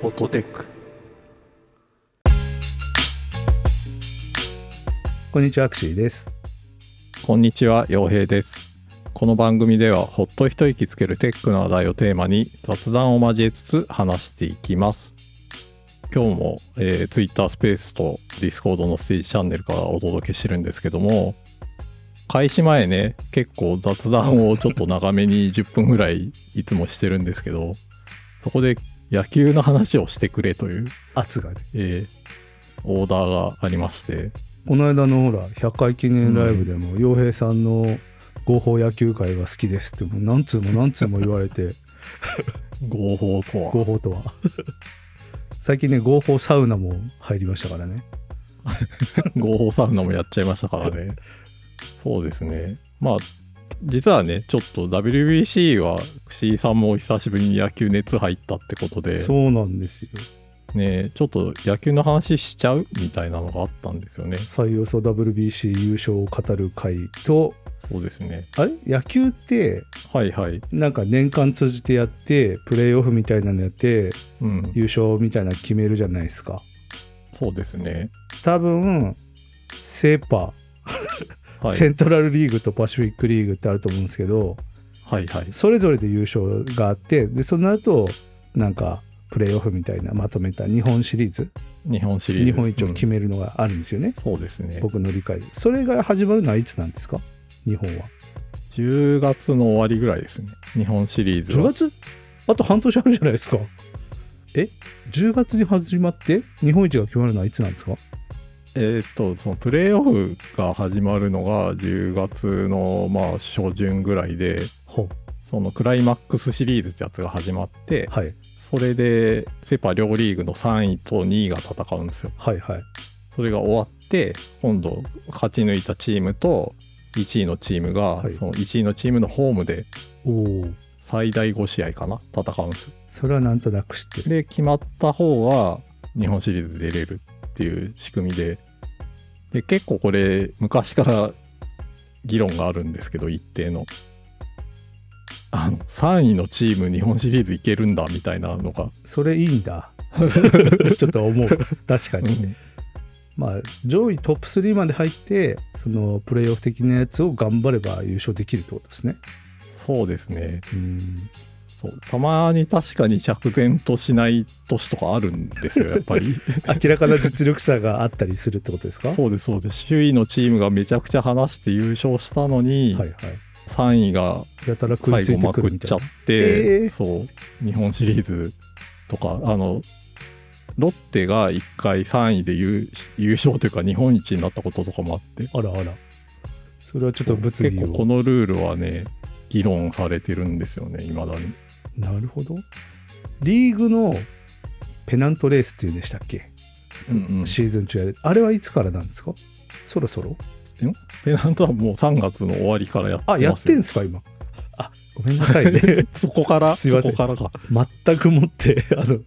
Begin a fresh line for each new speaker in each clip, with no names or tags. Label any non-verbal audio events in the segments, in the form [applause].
フォトテック
こんにちは、アクシーです。
こんにちは洋平ですこの番組ではほっと一息つけるテックの話題をテーマに雑談を交えつつ話していきます今日も、えー、Twitter スペースと Discord のステージチャンネルからお届けしてるんですけども開始前ね結構雑談をちょっと長めに [laughs] 10分ぐらいいつもしてるんですけどそこで野球の話をしてくれという
圧がね。
えーオーダーがありまして、
この間のほら、100回記念ライブでも、洋平さんの合法野球界が好きですって、もう何通も何通も言われ [laughs] て、
合法とは。
合法とは。 [laughs] 最近ね、合法サウナも入りましたからね。
合法サウナもやっちゃいましたからね。そうですね。まあ、実はね、ちょっと WBC は、串井さんも久しぶりに野球熱入ったってことで、
そうなんですよ。
ね、ちょっと野球の話しちゃうみたいなのがあったんですよね。
最予想 WBC 優勝を語る会と、
そうですね。
あれ野球って、
はいはい。
なんか年間通じてやって、プレーオフみたいなのやって、
うん。
優勝みたいなの決めるじゃないですか。
そうですね。
多分、セーパー、
はい。
セントラルリーグとパシフィックリーグってあると思うんですけど
はいはい。
それぞれで優勝があってでその後なんかプレーオフみたいなまとめた日本シリーズ
日本シリーズ。
日本一を決
め、
めるのがあるんですよね、
そうですね。
僕の理解でそれが始まるのはいつなんですか日本は
10月の終わりぐらいですね。日本シリーズ
10
は。
月あと半年あるじゃないですかえ10月に始まって日本一が決まるのはいつなんですか
えーっとそのプレーオフが始まるのが10月のまあ初旬ぐらいで
ほ
そのクライマックスシリーズってやつが始まって
はい
それでセ・パ両リーグの3位と2位が戦うんですよ
はいはい
それが終わって今度勝ち抜いたチームと1位のチームが、
はい
その1位のチームのホームで
おお
最大5試合かな戦うんですよ
それはなんとなく知ってる
で決まった方は日本シリーズ出れるっていう仕組みでで結構これ昔から議論があるんですけど一定のあの3位のチーム日本シリーズいけるんだみたいなのが、
それいいんだ [laughs] ちょっと思う確か
う
に、
ん
まあ、上位トップ3まで入ってそのプレーオフ的なやつを頑張れば優勝できるってことですね。
そうですね
うん
そうたまに確かに釈然としない年とかあるんですよやっぱ [laughs] り
明らかな実力差があったりするってことですか
そうですそうです首位のチームがめちゃくちゃ離して優勝したのに、
はいは
3位が
い。やたら食い
最
つ
後
いて
ま
く
く
る
っ
みた
ちゃ
い
っ
な。
て、
えー
そう日本シリーズとかあのロッテが1回3位で優優勝というか日本一になったこととかもあって
あらあら。それはちょっと物
結
議
構こ
を。
のルールはね議論されてるんですよねいまだに
なるほど。リーグのペナントレースっていうんでしたっけ、
うんうん
シーズン中やる。あれはいつからなんですかそろそろ
ペナントはもう3月の終わりからやってます
あ、
よ
やってんすか今。あ、ごめんなさいね。
そこから
すいません
そこからか
全くもって [laughs] あの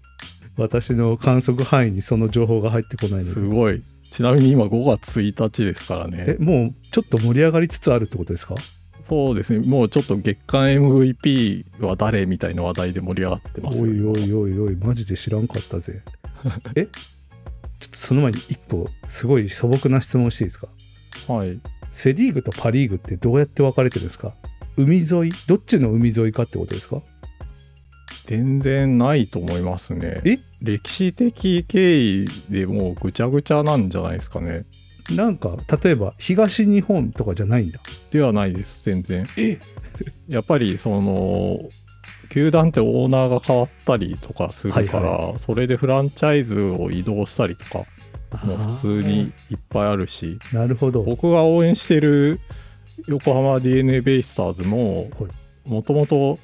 私の観測範囲にその情報が入ってこないの
す
で
ごいちなみに今5月1日ですから
え
ね
もうちょっと盛り上がりつつあるってことですか
そうですねもうちょっと月間 MVP は誰みたいな話題で盛り上がってますよ
おいおいおいおいマジで知らんかったぜえ [laughs] ちょっとその前に一個すごい素朴な質問していいですか
はい
セ・リーグとパ・リーグってどうやって分かれてるんですか海沿いどっちの海沿いかってことですか
全然ないと思いますね
え
歴史的経緯でもうぐちゃぐちゃなんじゃないですかね
なんか例えば東日本とかじゃないんだ
ではないです全然 [laughs] やっぱりその球団ってオーナーが変わったりとかするから、
は
それでフランチャイズを移動したりとかもう普通にいっぱいあるし
あーなるほど
僕が応援してる横浜 d n a ベイスターズも
はい
もともと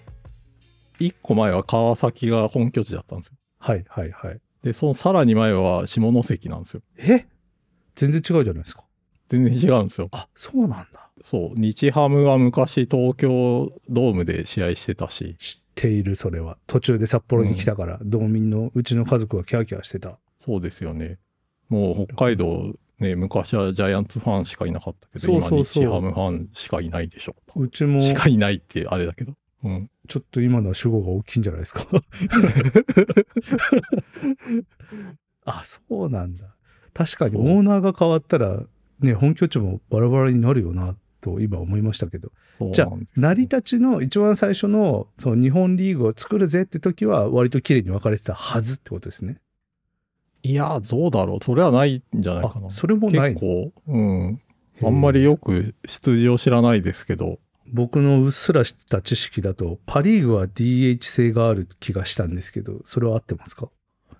1個前は川崎が本拠地だったんですよ
はいはいはい
でそのさらに前は下関なんですよ
え全然違うじゃないですか
全然違うんですよ。
あそうなんだ
そう、日ハムは昔東京ドームで試合してたし、
知っているそれは途中で札幌に来たから、道民のうちの家族がキャーキャーしてた
そうですよね。もう北海道、ね、昔はジャイアンツファンしかいなかったけど、
そうそうそう
今日ハムファンしかいないでしょ。
うちも
し
ち
かいないってあれだけど。うん。
ちょっと今のは主語が大きいんじゃないです
[laughs]
か。あ、そうなんだ。確かに
そう
オーナーが変わったら、ね、本拠地もバラバラになるよな、と今思いましたけど。じゃあ
そうなんですよ
成り立ちの一番最初の、その日本リーグを作るぜって時は、割と綺麗に分かれてたはずってことですね。
いや、どうだろう。それはないんじゃない
あ
かな。、
それもない
結構、うん。あんまりよく出自を知らないですけど、
僕のうっすらした知識だと、パ・リーグは DH 制がある気がしたんですけど、それは合ってますか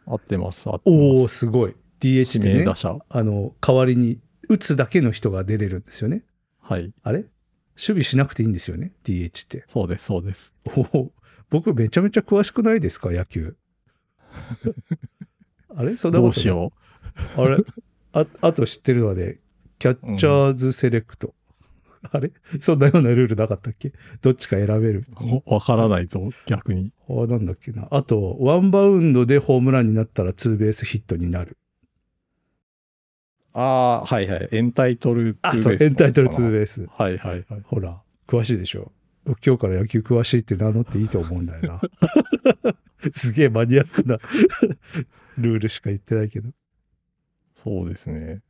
合ってます、合って
おお
ま
ー
す。
すごい。
指
DH で
名
ね
打、者。
あの、代わりに打つだけの人が出れるんですよね。
はい。
あれ守備しなくていいんですよね、DH って。
そうです、そうです。
おー僕めちゃめちゃ詳しくないですか、野
[laughs]
球。あれそんな
ど
こ
う
と
し
ない
よ
あれああと知ってるのはね、キャッチャーズセレクト。あれそんなようなルールなかったっけどっちか選べる。
う。わからないぞ、逆に。
あーなんだっけな。あと、ワンバウンドでホームランになったらツーベースヒットになる。
ああ、はいはい。エンタイトルツー
あ、
ベース
そう、エンタイトルツーベース。
はいはいはい。
ほら、詳しいでしょ。今日から野球詳しいって名乗っていいと思うんだよな。 [laughs] すげえマニアックな [laughs] ルールしか言ってないけど。
そうですね。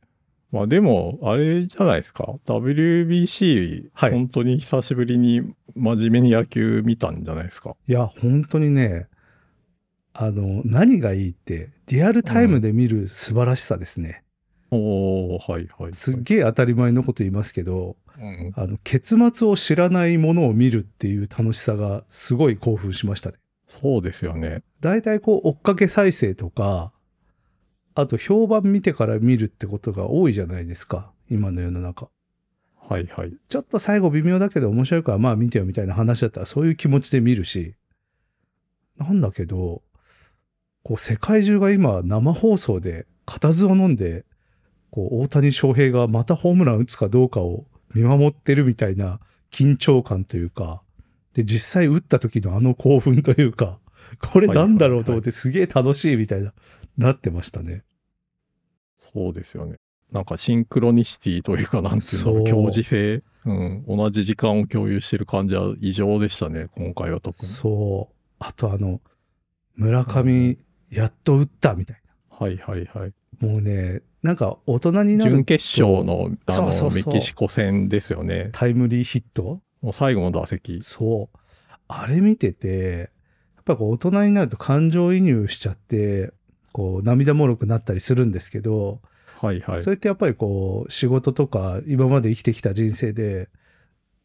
まあでも、あれじゃないですか。WBC、
はい
本当に久しぶりに真面目に野球見たんじゃないですか。
いや、本当にね、あの、何がいいって、リアルタイムで見る素晴らしさですね。
おおはいはい、はい。
すっげえ当たり前のこと言いますけど、
うん
あの、結末を知らないものを見るっていう楽しさがすごい興奮しましたね。
そうですよね。
大体こう追っかけ再生とか、あと評判見てから見るってことが多いじゃないですか。今の世の中。
はいはい。
ちょっと最後微妙だけど面白いからまあ見てよみたいな話だったらそういう気持ちで見るし。なんだけど、こう世界中が今生放送で固唾を飲んで、こう大谷翔平がまたホームラン打つかどうかを見守ってるみたいな緊張感というか、で実際打った時のあの興奮というか、 [laughs] これなんだろうと思ってすげえ楽しいみたいな、なってましたね。
そうですよね。なんかシンクロニシティというか、なんていう
そう
の、共時性、うん。同じ時間を共有してる感じは異常でしたね、今回は特に。
そう。あとあの、村上やっと打ったみたいな。
はいはいはい。
もうね、なんか大人にな
準
る
決勝のあの
そうそうそう
メキシコ戦ですよね。
タイムリーヒット
もう最後の打席。
そう。あれ見てて、やっぱこう大人になると感情移入しちゃって、こう涙もろくなったりするんですけど、
はいはい
そ。れってやっぱりこう仕事とか今まで生きてきた人生で、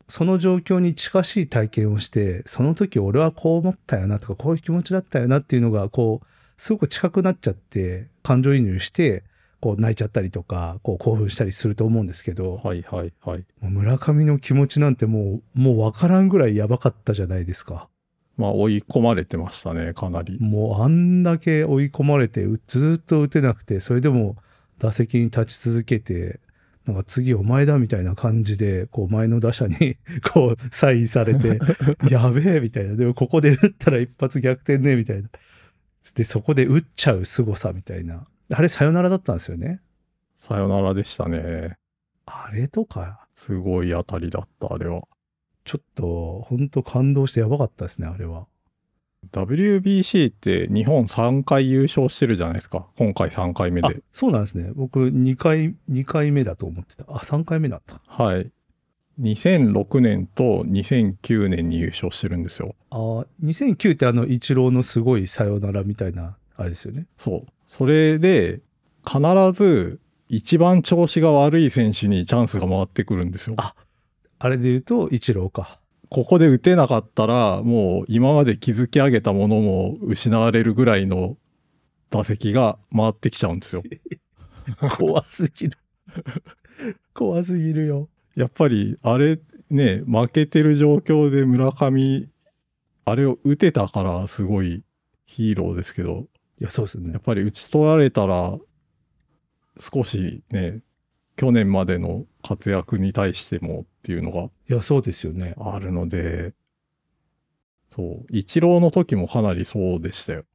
その状況に近しい体験をして、その時俺はこう思ったよなとか、こういう気持ちだったよなっていうのが、こう、すごく近くなっちゃって、感情移入して、こう泣いちゃったりとか、こう興奮したりすると思うんですけど、
はいはいはい。
もう村上の気持ちなんてもう、もうわからんぐらいやばかったじゃないですか。
まあ追い込まれてましたね、かなり。
もうあんだけ追い込まれて、うずーっと打てなくて、それでも打席に立ち続けて、なんか次お前だみたいな感じで、こう前の打者に、 [laughs] こうサインされて、やべえみたいな。でもここで打ったら一発逆転ね、みたいな。で、そこで打っちゃう凄さみたいな。あれさよならだったんですよね。
さよならでしたね。
あれとか、
すごい当たりだった、あれは。
ちょっと、ほんと感動してやばかったですね、あれは。
WBC って日本3回優勝してるじゃないですか。今回3回目
あ
で。、
そうなんですね。僕、2回、二回目だと思ってた。あ、3回目だった。
はい。2006年と2009年に優勝してるんですよ。
あー、2009ってあの、イチローのすごいさよならみたいな、あれですよね。
そう。それで、必ず一番調子が悪い選手にチャンスが回ってくるんですよ。
ああれで言うと、イチロー
[laughs]
か。
ここで打てなかったら、もう今まで築き上げたものも失われるぐらいの打席が回ってきちゃうんですよ。
怖すぎる。怖すぎるよ。
やっぱりあれね負けてる状況で村上あれを打てたからすごいヒーローですけど
いや、そうですね
やっ。ぱり打ち取られたら少しね去年までの活躍に対してもっていうのが
いや、そうですよね。
あるのでそうイチローの時もかなりそうでしたよ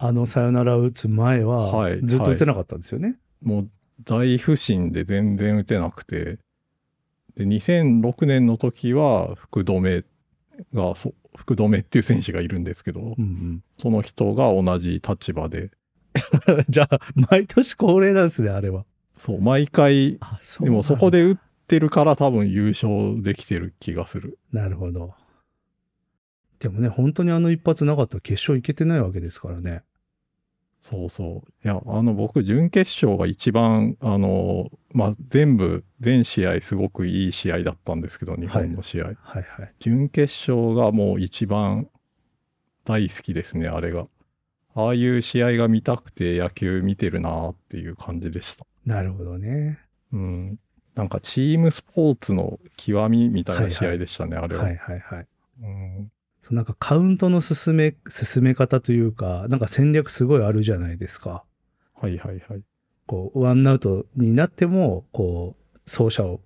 あの、さよならを打つ前は、
はい
ずっと打てなかったんですよね。
もう大不振で全然打てなくてで2006年の時は福留がそ福留っていう選手がいるんですけど
う、ん [laughs]
その人が同じ立場で、
うん、じゃあ、毎年恒例なんですね、あれは。
そう、毎回、
あ、そ
でもそこ。で打ってるから多分優勝できてる気がする。
なるほど。でもね、本当にあの一発なかったら決勝行けてないわけですからね。
そうそう。いや、あの、僕、準決勝が一番、あの、まあ、全部、全試合すごくいい試合だったんですけど、日本の試合。
はいはい。
準決勝がもう一番大好きですね、あれが。ああいう試合が見たくて野球見てるなーっていう感じでした。
なるほどね。
うん。なんかチームスポーツの極みみたいな試合でしたね、あれは。
はいはいはい。
うん、
そうなんかカウントの進め、進め方というか、なんか戦略すごいあるじゃないですか。
はいはいはい。
こう、ワンアウトになっても、こう、走者を、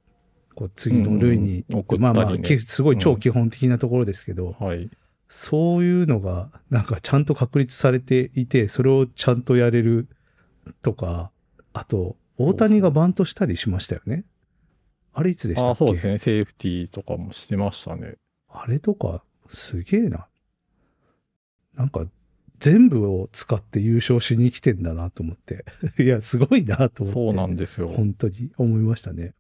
こう、次の塁に、
うんうん送ったりね
まあまあ、きすごい
うん
超基本的なところですけど、
はい。
そういうのが、なんかちゃんと確立されていて、それをちゃんとやれるとか、あと、大谷がバントしたりしましたよね。あれいつでしたっ
ああ、
け
そうですね。セーフティーとかもしてましたね。
あれとか、すげえな。なんか、全部を使って優勝しに来てんだなと思って。 [laughs] いや、すごいなと思って。
そうなんですよ。
本当に思いましたね。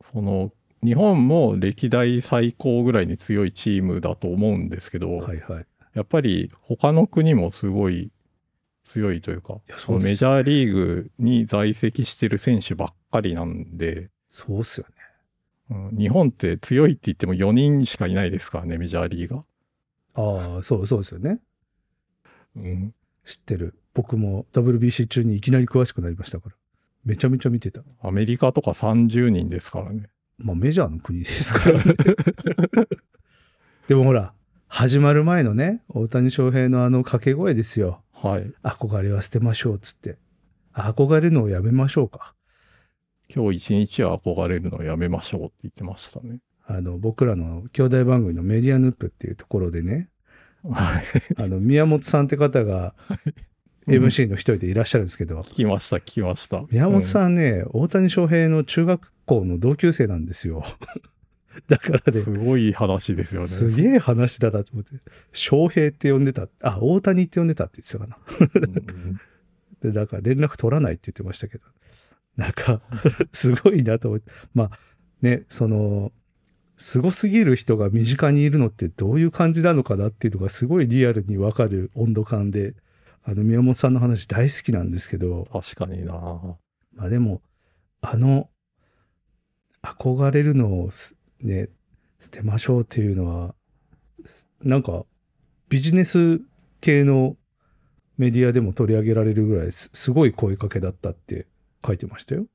その、日本も歴代最高ぐらいに強いチームだと思うんですけど、
はいはい。い
やっぱり他の国もすごい強いというか、
や、
そ
そ
の
う
メ
で
ジ
す。
ャーリーグに在籍してる選手ばっかりなんで、
そうっすよね。
うん日本って強いって言っても4人しかいないですからね、メジャーリーガー。
ああ、そうそうですよね。
うん、
知ってる。僕も WBC 中にいきなり詳しくなりましたから。めちゃめちゃ見てた。
アメリカとか30人ですからね。
まあメジャーの国ですから
[laughs]
ね。でもほら、始まる前のね、大谷翔平のあの掛け声ですよ。
はい。
憧れは捨てましょうっつって。憧れるのをやめましょうか。
今日一日は憧れるのをやめましょうって言ってましたね。
あの、僕らの兄弟番組のメディアヌップっていうところで
[laughs]
ね、
はい。
あの、宮本さんって方が MC の一人でいらっしゃるんですけど、
聞きました、聞きました。
宮本
う
さんね、大谷翔平の中学校の同級生なんですよ。 [laughs] だから
ん、
ね
す、ごい話ですよね。
すげえ話だなと思って、翔平って呼んでた、あ、大谷って呼んでたって言ってたかな。
うんうん
で、なんか連絡取らないって言ってましたけど、なんか、すごいなと思って、まあ、ね、その、すごすぎる人が身近にいるのってどういう感じなのかなっていうのがすごいリアルにわかる温度感で、あの、宮本さんの話大好きなんですけど、
確かにな
まあでも、あの、憧れるのをすね、捨てましょうっていうのは、すなんか、ビジネス系のメディアでも取り上げられるぐらいすすごい声かけだったって書いてましたよ。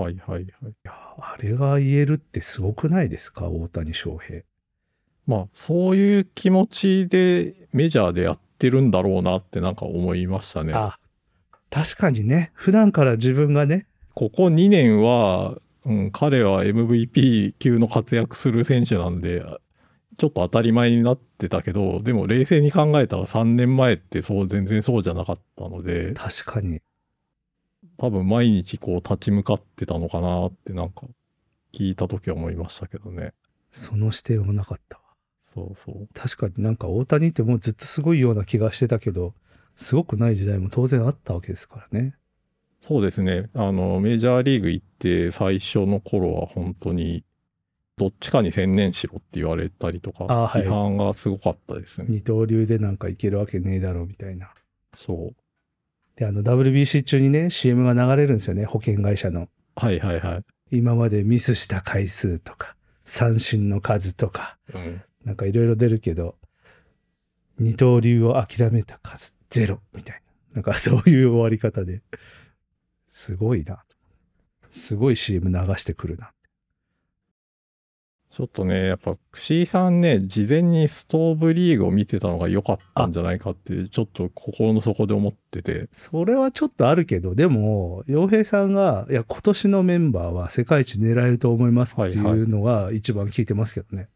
い
はいはいはい。
やー、あれが言えるってすごくないですか大谷翔平。
まあ、そういう気持ちでメジャーでやってるんだろうなってなんか思いましたね。
あ、確かにね、普段から自分がね、
ここ2年は、うん、彼は MVP 級の活躍する選手なんで、ちょっと当たり前になってたけど、でも冷静に考えたら3年前ってそう、全然そうじゃなかったので、
確かに。
多分毎日こう立ち向かってたのかなってなんか聞いた時は思いましたけどね。
その視点はなかったわ。
そうそう。
確かになんか大谷ってもうずっとすごいような気がしてたけど、すごくない時代も当然あったわけですからね。
そうですね。あの、メジャーリーグ行って最初の頃は本当に、どっちかに専念しろって言われたりとか、
あはい
批判がすごかったですね。
二刀流でなんかいけるわけねえだろうみたいな。
そう。
で、あの WBC 中にね、CM が流れるんですよね、保険会社の。
はいはいはい。
今までミスした回数とか、三振の数とか、
うん、
なんかいろいろ出るけど、二刀流を諦めた数ゼロみたいな。なんかそういう終わり方で。すごいな。すごい CM 流してくるな。
ちょっとね、やっぱ、串井さんね、事前にストーブリーグを見てたのが良かったんじゃないかって、ちょっと心の底で思ってて、
それはちょっとあるけど、でも、洋平さんが、いや、今年のメンバーは世界一狙えると思いますっていうのが一番聞いてますけどね。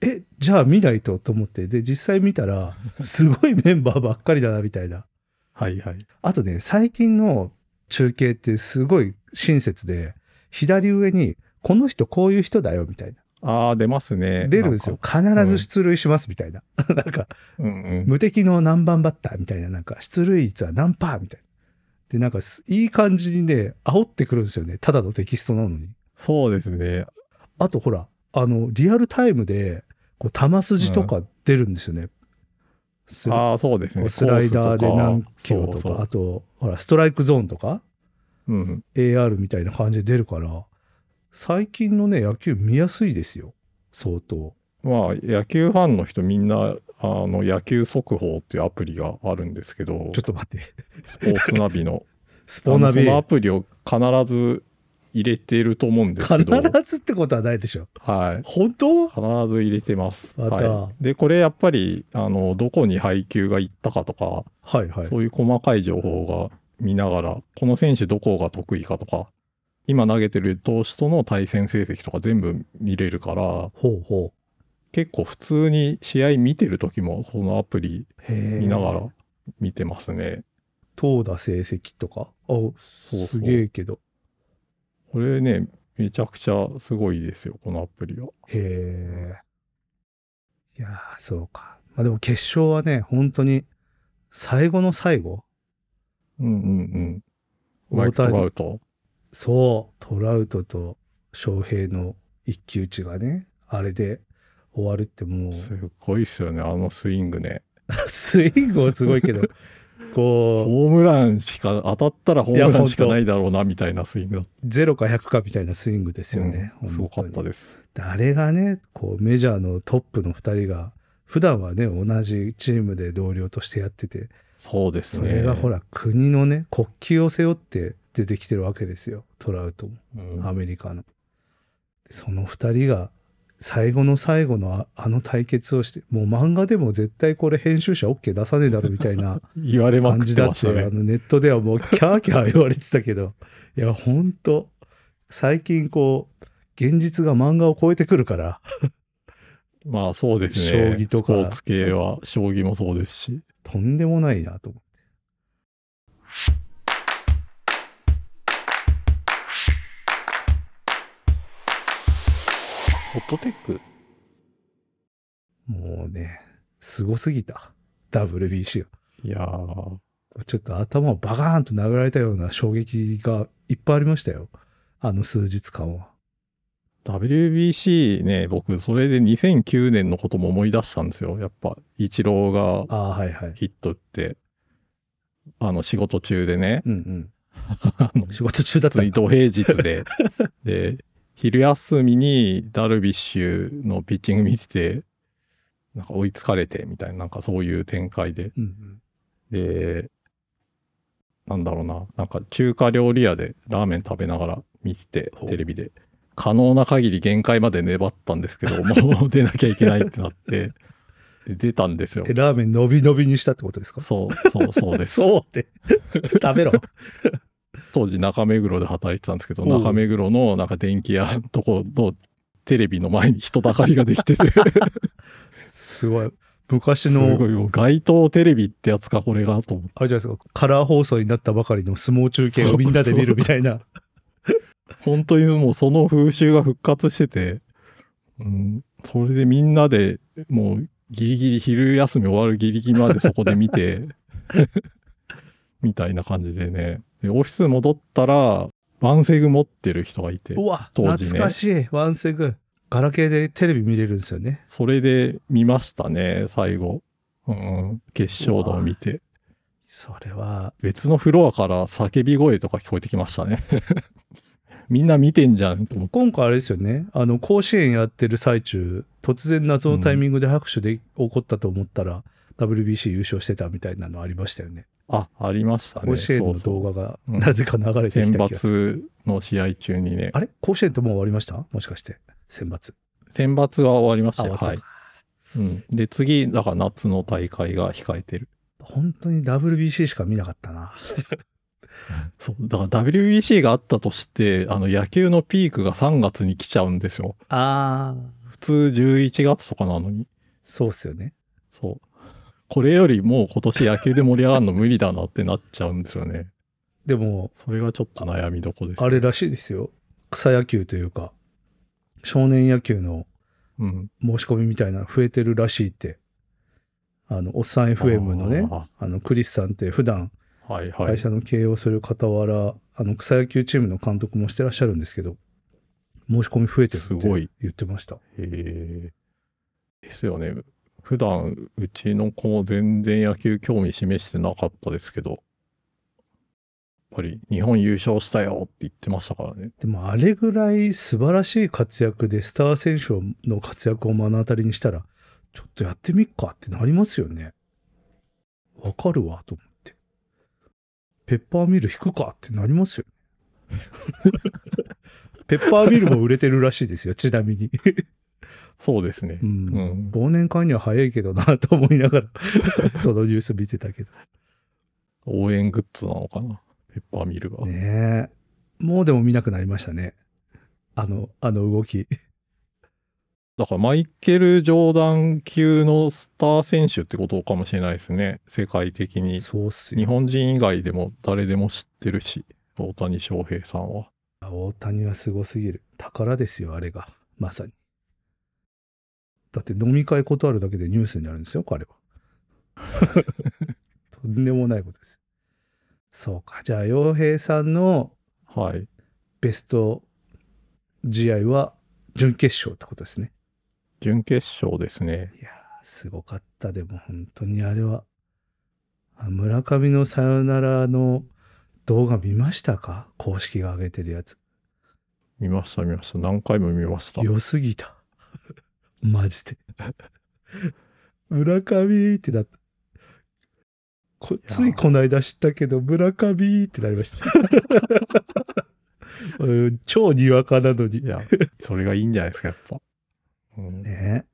え、じゃあ見ないとと思って、で、実際見たら、すごいメンバーばっかりだな、みたいな。
はいはい。
あとね、最近の中継ってすごい親切で、左上に、この人こういう人だよ、みたいな。
ああ、出ますね。
出るんですよ。必ず出塁しますみたいな。なんか、
なんか。うんうん。
無敵の何番バッターみたいな、なんか、出塁率は何パーみたいな。で、なんかす、いい感じにね、煽ってくるんですよね。ただのテキストなのに。
そうですね。
あと、ほら、あの、リアルタイムで、こう、球筋とか出るんですよね。する
ああ、そうです
こ
ね。
うスライダーで何キロと
コー
か、
スそうそう
あと、ほら、ストライクゾーンとか、
うん。
AR みたいな感じで出るから、最近のね、野球見やすいですよ。相当。
まあ、野球ファンの人みんな、あの、野球速報っていうアプリがあるんですけど
ちょ、っと待って。
スポーツナビ
[laughs]
の。
スポナ
あの
ビ
そ。のアプリを必ず入れていると思うんですけど、
必ずってことはないでしょ。
はい。
本当
必ず入れてます。
また
はい、で、これやっぱり、あの、どこに配球が行ったかとか、
はいはい。
そういう細かい情報が見ながら、この選手どこが得意かとか、今投げてる投手との対戦成績とか全部見れるから、
ほうほう。
結構普通に試合見てる時も、そのアプリ
へえ
見ながら見てますね。
投打成績とか。あ、
そうそ
す
う。
げえけど。
これね、めちゃくちゃすごいですよ、このアプリは。
へえ。いやー、そうか。まあでも決勝はね、本当に、最後の最後。
うんうんうん。マイク・ト
大谷
ラウト。
そう、トラウトと翔平の一騎打ちがね、あれで終わるってもう、
すごいっすよね、あのスイングね。
[laughs] スイングもすごいけど、こ
ホームランしか、当たったらホームランしか
いや
ないだろうな、みたいなスイングだっ
う、0か100かみたいなスイングです
た
よね。
うんすごかったです。
であれがね、こうメジャーのトップの2人が、普段はね、同じチームで同僚としてやってて、
そうです
そ
ね。
れがほら、国のね、国旗を背負って出てきてるわけですよ、トラウトも、
うん
アメリカの。でその2人が、最後の最後のああの対決をして、もう漫画でも絶対これ編集者 OK 出さねえだろみたい
[laughs]
な
言われま
感
く
じ
って
だっ、
ましてた
あ
ね。
のネットではもうキャーキャー言われてたけど、いや、ほんと、最近こう、現実が漫画を超えてくるから、
まあそうですね。
将棋とか
スポーツ系は、将棋もそうですし。
とんでもないなと思って。
ホットテック
もうね、すごすぎた。WBC が。
いやー、
ちょっと頭をバカーンと殴られたような衝撃がいっぱいありましたよ。あの数日間は。
WBC ね、僕、それで2009年のことも思い出したんですよ。やっぱ、イチローが
ああ、はいはい。
ヒット打って、あの、仕事中でね、
うん
あの [laughs]
うん。仕事中だっ
普
た
通に土平日
[laughs]
で。で、昼休みにダルビッシュのピッチング見てて、なんか追いつかれてみたいな、なんかそういう展開で。
うんうん。
で、なんだろうな、なんか中華料理屋でラーメン食べながら見てて
ほ、う
テレビで。可能な限り限界まで粘ったんですけ
[laughs]
ど、もう出なきゃいけないってなって、で出たんですよ
[laughs] え、。ラーメン伸び伸びにしたってことですか
そう、そう、そうです。
[laughs] そう
[laughs]
って。食べろ。
当時中目黒で働いてたんですけど、
おう
中目黒のなんか電気屋のとこのテレビの前に人だかりがで
[laughs]
きてて、
すごい。昔
すご
の、
いもう街頭テレビってやつか、これが、と思って。
あれじゃないですか、カラー放送になったばかりの相撲中継をみんなで見るみたいな。
本当にもうその風習が復活してて、うん、それでみんなでもうギリギリ昼休み終わるギリギリまでそこで
[laughs]
見て、みたいな感じでね。でオフィス戻ったら、番セグ持ってる人がいて、
うわ、
当時ね
懐かしい。ワンセグ。ガラケーでテレビ見れるんですよね。
それで見ましたね、最後。うん、決勝打を見て。
それは、
別のフロアから叫び声とか聞こえてきましたね。 [laughs] みんな見てんじゃんと思って。
今回あれですよね、あの、甲子園やってる最中、突然謎のタイミングで拍手で起こったと思ったら、WBC 優勝してたみたいなのありましたよね。
あ、ありましたね。
甲子園の
そう
動画が
うん
なぜか流
そう
れて
選
きた気がする。
抜の試合中にね。
あれ甲子園ってもう終わりましたもしかして。選抜。
選抜は終わりましたよ。
あ終わ
は
っ
い
た。
うん。で、次、だから夏の大会が控えてる。
本当に WBC しか見なかったな。
そう。だから WBC があったとして、あの、野球のピークが3月に来ちゃうんですよ。
ああ。
普通11月とかなのに。
そうっすよね。
そう。これよりもう今年野球で盛り上がるの無理だなってなっちゃうんですよね。
でも、
それがちょっと悩みどこです。
あれらしいですよ。草野球というか、少年野球の
うん。
申し込みみたいなの増えてるらしいって。あの、おっさん FM のね、
あ
あの、クリスさんって普段
ー。はいはい
会。社の経営をする傍ら、あの、草野球チームの監督もしてらっしゃるんですけど、申し込み増えてる
すご
っ
い
て言ってました。
へえ。ですよね。普段、うちの子も全然野球興味示してなかったですけど、やっぱり日本優勝したよって言ってましたからね。
でも、あれぐらい素晴らしい活躍で、スター選手の活躍を目の当たりにしたら、ちょっとやってみっかってなりますよね。わかるわ、と思って。ペッパーミル引くかってなりますよね。 [laughs] ペッパーミルも売れてるらしいですよ、ちなみに。
そうですね
う。ん
うん。
忘年会には早いけどなと思いながら [laughs] そのニュース見てたけど
応援グッズなのかな。ペッパーミルが。
ねえもうでも見なくなりましたねあのあの動き
だからマイケル・ジョーダン級のスター選手ってことかもしれないですね。世界的に。
そうっす
日
よ
本人以外でも誰でも知ってるし、大谷翔平さんは。
大谷はすごすぎる宝ですよあれがまさにだって飲み会断るだけでニュースになるんですよ彼はとんでもないことですそうかじゃあ洋平さんの
はい。
ベスト試合は準決勝ってことですね
準決勝ですね。
いやー、すごかった。でも本当にあれは。あ村上のさよならの動画見ましたか公式が上げてるやつ。
見ました見ました。何回も見ました。
良すぎた。 [laughs] マジで。 [laughs] 村上ってなった。こついこの間知ったけど、村上ってなりました。 [laughs] うん超にわかなのに。
いや、それがいいんじゃないですか、やっぱ。うん、
ね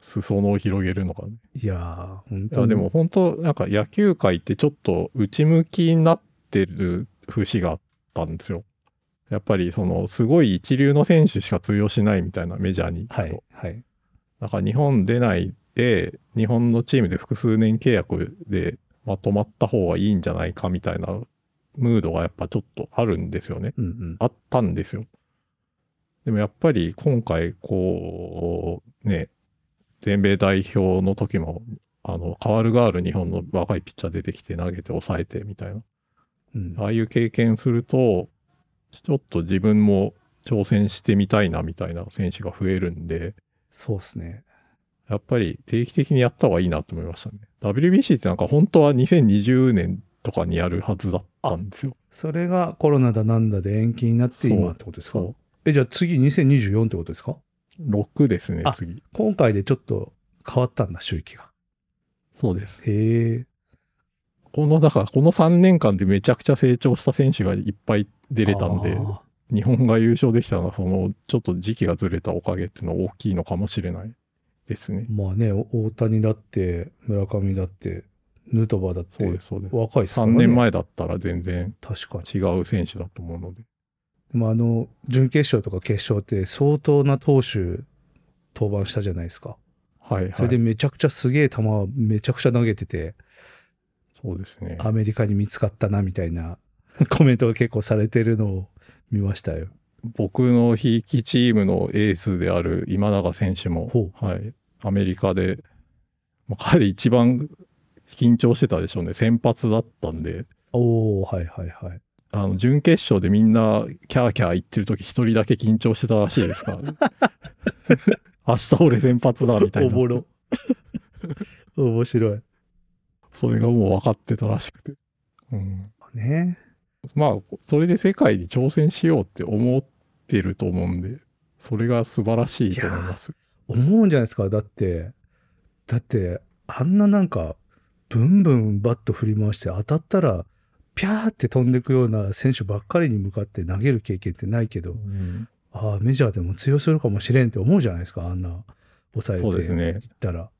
裾野を広げるのがね。
いやー、本
い
当
や
に。
でも本当、なんか野球界ってちょっと内向きになってる節があったんですよ。やっぱりその、すごい一流の選手しか通用しないみたいなメジャーに行くと。
はい、はい。
だから日本出ないで、日本のチームで複数年契約でまとまった方がいいんじゃないかみたいなムードがやっぱちょっとあるんですよね。
うんうん。
あったんですよ。でもやっぱり今回こうね、全米代表の時も、あの、変わるガール日本の若いピッチャー出てきて投げて抑えてみたいな。
うん
ああいう経験すると、ちょっと自分も挑戦してみたいなみたいな選手が増えるんで、
そうっすね。
やっぱり定期的にやった方がいいなと思いましたね。WBC ってなんか本当は2020年とかにやるはずだったんですよ。
それがコロナだなんだで延期になって
そう
今ってことですか
そ
え、じゃあ次2024ってことですか
6ですね
あ、
次。
今回でちょっと変わったんだ、周期が。
そうです。
へえ。
この、だからこの3年間でめちゃくちゃ成長した選手がいっぱい出
出
れたんで、日本が優勝できたのは、その、ちょっと時期がずれたおかげっていうのは大きいのかもしれないですね。
まあね、お大谷だって、村上だって、ヌートバーだっ
そうで
て、
す、そうです。
若いっすか
3
らね
年。前だったら全然
確かに。
違う選手だと思うので。
でもあの、準決勝とか決勝って相当な投手登板したじゃないですか。
はい、はい。
それでめちゃくちゃすげえ球めちゃくちゃ投げてて、
そうですね。
アメリカに見つかったなみたいな [laughs] コメントが結構されてるのを見ましたよ。
僕のひいきチームのエースである今永選手も
ほ、
はい、アメリカで、まあ彼一番緊張してたでしょうね。先発だったんで、
おおはいはいはい。
あの、準決勝でみんなキャーキャー言ってる時一人だけ緊張してたらしいですか
[laughs]
ら、ね、明日俺先発だみたい
おぼ
な
ろ。 [laughs] 面白い。
それがもう分かってたらしくて、うん、
ね。
まあそれで世界に挑戦しようって思ってると思うんでそれが素晴らしいと思います
思うんじゃないですか。だって、だって、あんななんか、ブンブンバット振り回して当たったら、ピャーって飛んでくような選手ばっかりに向かって投げる経験ってないけど、
うん
ああ、メジャーでも通用するかもしれんって思うじゃないですか。あんな、抑え
そうです
てい
ね
ったら。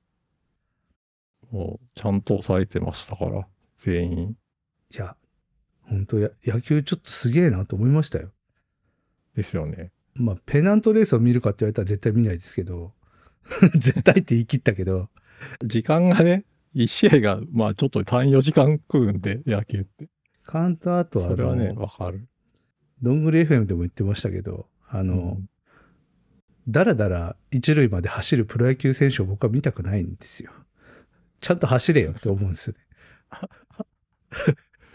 もうちゃんと抑えてましたから全員
いや、本当や野球ちょっとすげえなと思いましたよ。
ですよね
まあ、ペナントレースを見るかって言われたら絶対見ないですけど、 [laughs] 絶対って言い切ったけど、
時間がね1試合がまあちょっと34時間食うんで野球って
カウントアートはあ
それはね
の
分かる
どんぐり FM でも言ってましたけど、あの、
うん
だらだら一塁まで走るプロ野球選手を僕は見たくないんですよ。ちゃんと走れよって思うんですよ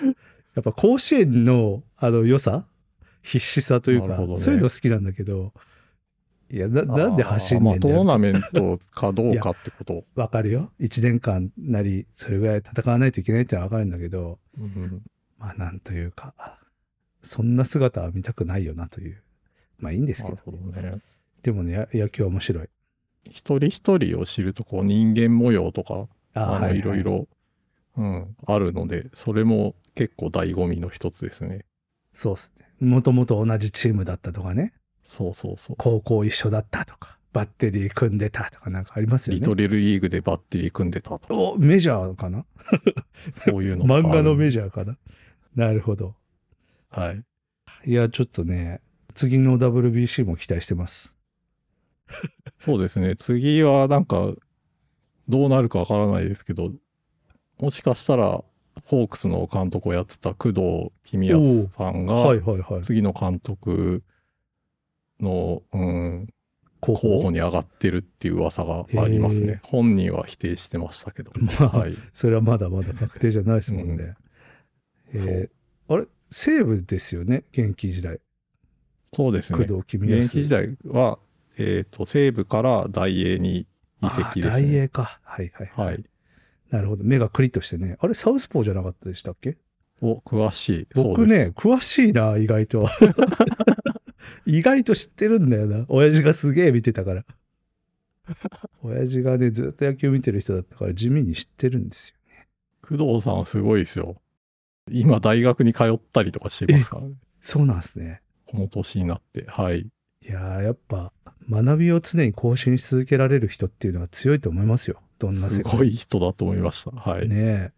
ね。
[laughs]
やっぱ甲子園のあの良さ必死さというか、
なるほどね
そういうの好きなんだけど、いや、ななんで走ん
あーま
ね
あ
ん
ト
だよ
ーナメントかどうかっ
[laughs]
てこと。
わかるよ。1年間なり、それぐらい戦わないといけないってのはわかるんだけど、
うん
まあなんというか、そんな姿は見たくないよなという。まあいいんですけ
なる
ど。
ほどね。
でもね、や野球は面白い。
一人一人を知るとこう人間模様とか、
あ
あのいろい。ろ、うん、あるので、それも結構醍醐味の一つですね。
そうっすね。もともと同じチームだったとかね、
そうそうそう。
高校一緒だったとか、バッテリー組んでたとかなんかありますよ
リト
ね。
ルリーグでバッテリー組んで
[laughs]
たとか、
お、メジャーかな
そういうの
漫画のメ
ジ
ジャーかななるほど。
ャー。はい。
いや、ちょっとね、次の WBC も期待してます。
そうですね。次はなんか、どうなるかわからないですけど、もしかしたら、ホークスの監督をやってた工藤公康さんが、
はいはいはい。
次の監督の、うん、
候
候補に上がってるっていう噂があります
へー
ね。本人は否定してましたけど。
まあ、
はい。
それはまだまだ確定じゃないですもん
う
ね。え
そ
ー
う
あれ西武ですよね現役時代。
そうです
工
ね
藤。公
現
康。
役時代は、えっ、と、西武から大英に移籍です
あー大
ね。
英か。はいはい。
はい。
なるほど。目がクリッとしてね。あれサウスポーじゃなかったでしたっけ
お、詳しい。そ
僕
うで
ね
す、
詳しいな、意外と。 [laughs] 意外と知ってるんだよな。親父がすげえ見てたから。親父がね、ずっと野球見てる人だったから地味に知ってるんですよ。
工藤さんはすごいですよ。今、大学に通ったりとかしてますからね。
そうなんですね。
この年になって。はい。
いやーやっぱ学びを常に更新し続けられる人っていうのは強いと思いますよ。どんな
す
世界
ごい人だと思いました。はい。
ねえ。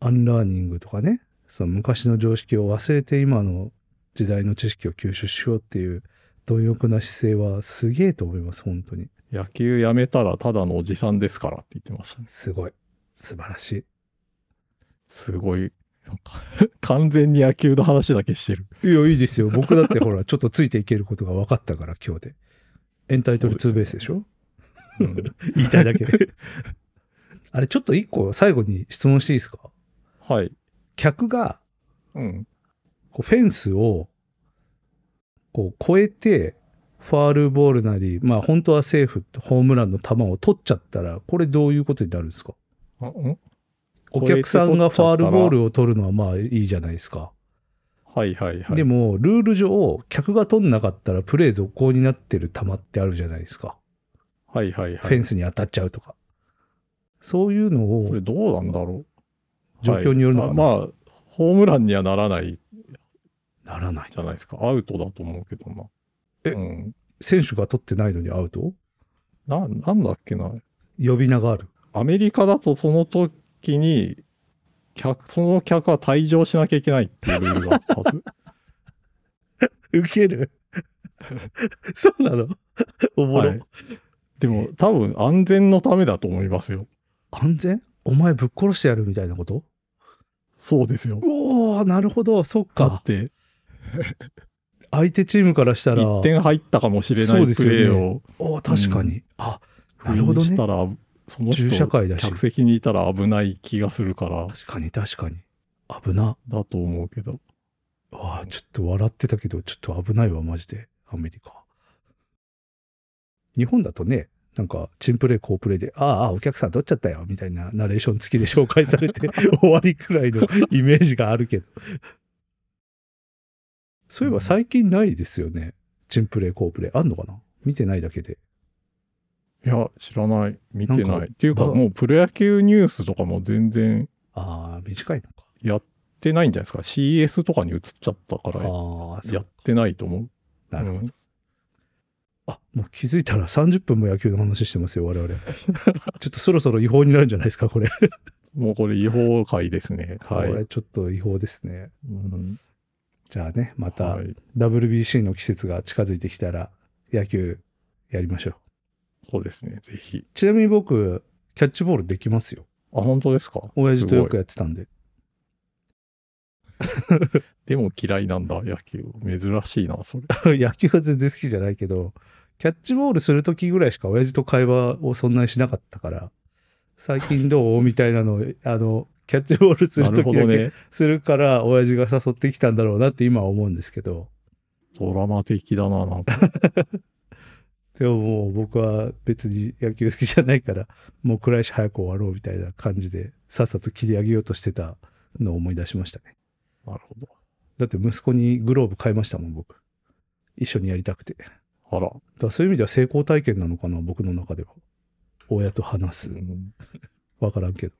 アンラーニングとかね、その昔の常識を忘れて今の時代の知識を吸収しようっていう貪欲な姿勢はすげえと思います、本当に。
野球やめたらただのおじさんですからって言ってましたね。
すごい。素晴らしい。
すごい。 [laughs] なんか完全に野球の話だけしてる。
いや、いい [laughs] ですよ。僕だってほら、ちょっとついていけることが分かったから、今日で。エンタイトルツーベースでしょ
うん、
[laughs] 言いたいだけ。あれ、ちょっと一個最後に質問していいですか
はい。
客が、
うん。
こうフェンスを、こう、越えて、ファールボールなり、まあ、本当はセーフとホームランの球を取っちゃったら、これどういうことになるんですか
あん
お客さんがファールボー
を。
ルを取るのはまあいいじゃないですか。
はいはいはい。
でも、ルール上、客が取んなかったらプレー続行になってる球ってあるじゃないですか。
はいはいはい。
フェンスに当たっちゃうとか。そういうの
こ
を
れどうなんだろう
状況によるのかな、
はいあまあ、ホームランにはならない
ならない。
じゃないですか。アウトだと思うけどな。
え
うん。
選手が取ってないのにアウト
な、なんだっけな。
呼び名がある。
アメリカだとその時に、客、その客は退場しなきゃいけないっていうルールがあったはず。
受ける。そうなの [laughs] おもろ、
はい。でも、多分安全のためだと思いますよ。
安全お前ぶっ殺してやるみたいなこと
そうですよ。
おおなるほど。そっ
だっ
か。
て、
相手チームからしたら、
1点入ったかもしれな
そう
い
です
プ
よね
レーを、
おお確かに。あ、なるほど
にし
ね
た。ら、その
銃社
人、
会だし。
客席にいたら危ない気がするから、
確かに確かに。危な。
だと思うけど。
ああ、ちょっと笑ってたけど、ちょっと危ないわ、マジで。アメリカ。日本だとね、なんか、チンプレイ、コープレイで、ああああ、お客さん取っちゃったよ、みたいなナレーション付きで紹介され
[laughs]
て終わりくらいのイメージがあるけど。そういえば最近ないですよね。チンプレイ、コープレイ。あんのかな見てないだけで。
いや、知らない。見て
なん
な
か
い。っていうか、
まあ
もうプロ野球ニュースとかも全然
ああ、短いのか。
やってないんじゃないですか。CS とかに移っちゃったから、
ああ、そ
やっ
う。
てないと思う。
なるほど。
うん
あ、もう気づいたら30分も野球の話してますよ、我々。 [laughs] ちょっとそろそろ違法になるんじゃないですか、これ。
もうこれ違法回です
[laughs]
ね。はい。
これちょっと違法ですね。
うん
じゃあね、また
はい、
WBC の季節が近づいてきたら野球やりましょう。
そうですね。ぜひ。
ちなみに僕、キャッチボールできますよ。
あ、本当ですか
親父とよく
す
やってたんで。
でも嫌いなんだ、野球。珍しいな、そ
[laughs]
れ。
野球は全然好きじゃないけど、キャッチボールするときぐらいしか親父と会話をそんなにしなかったから、最近どうみたいなのを、 [laughs] あの、キャッチボールする
な
と
るほ
きだ
ど
け
ね。
するから、親父が誘ってきたんだろうなって今は思うんですけど、
ドラマ的だな、なんか。
でももう僕は別に野球好きじゃないから、もう暗いし早く終わろうみたいな感じで、さっさと切り上げようとしてたのを思い出しましたね。
[laughs] なるほど。
だって息子にグローブ買いましたもん、僕。一緒にやりたくて。だか
あら。
らそういう意味では成功体験なのかな、僕の中では。親と話す
う。ん
わからんけど。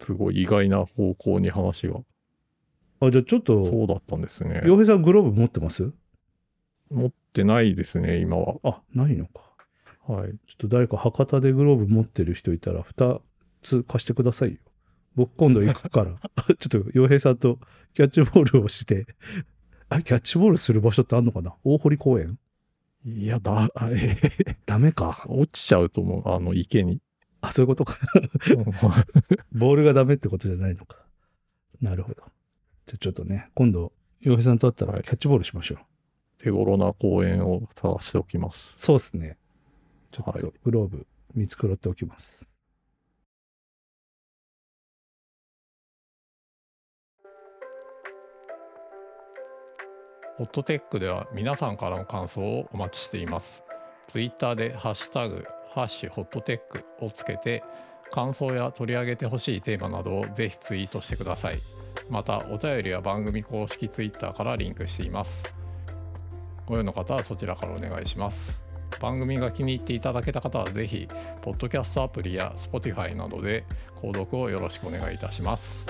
すごい意外な方向に話が。
あ、じゃあちょっと、
そうだったんですね。
洋平さんグローブ持ってます
持ってないですね、今は。
あ、ないのか。
はい。
ちょっと誰か博多でグローブ持ってる人いたら、2つ貸してくださいよ。僕今度行く
[laughs]
から、ちょっと洋平さんとキャッチボールをして、あ、キャッチボールする場所ってあんのかな大堀公園
いや、だ、あえ
ダメか。
[laughs] 落ちちゃうと思う。あの、池 [laughs] に。
あ、そういうことか。
うん
ボールがダメってことじゃないのか。なるほど。じゃあちょっとね、今度、洋平さんと会った
は
ら
い
キャッチボールしましょう。
手頃な公園を探しておきます。
そうですね。ちょ
は
っ
い
と。グローブ見繕っておきます。
ホットテックでは皆さんからの感想をお待ちしています。ツイッターでハッシュタグ、ハッシュホットテックをつけて、感想や取り上げてほしいテーマなどをぜひツイートしてください。また、お便りは番組公式ツイッターからリンクしています。ご用の方はそちらからお願いします。番組が気に入っていただけた方はぜひ、ポッドキャストアプリや Spotify などで購読をよろしくお願いいたします。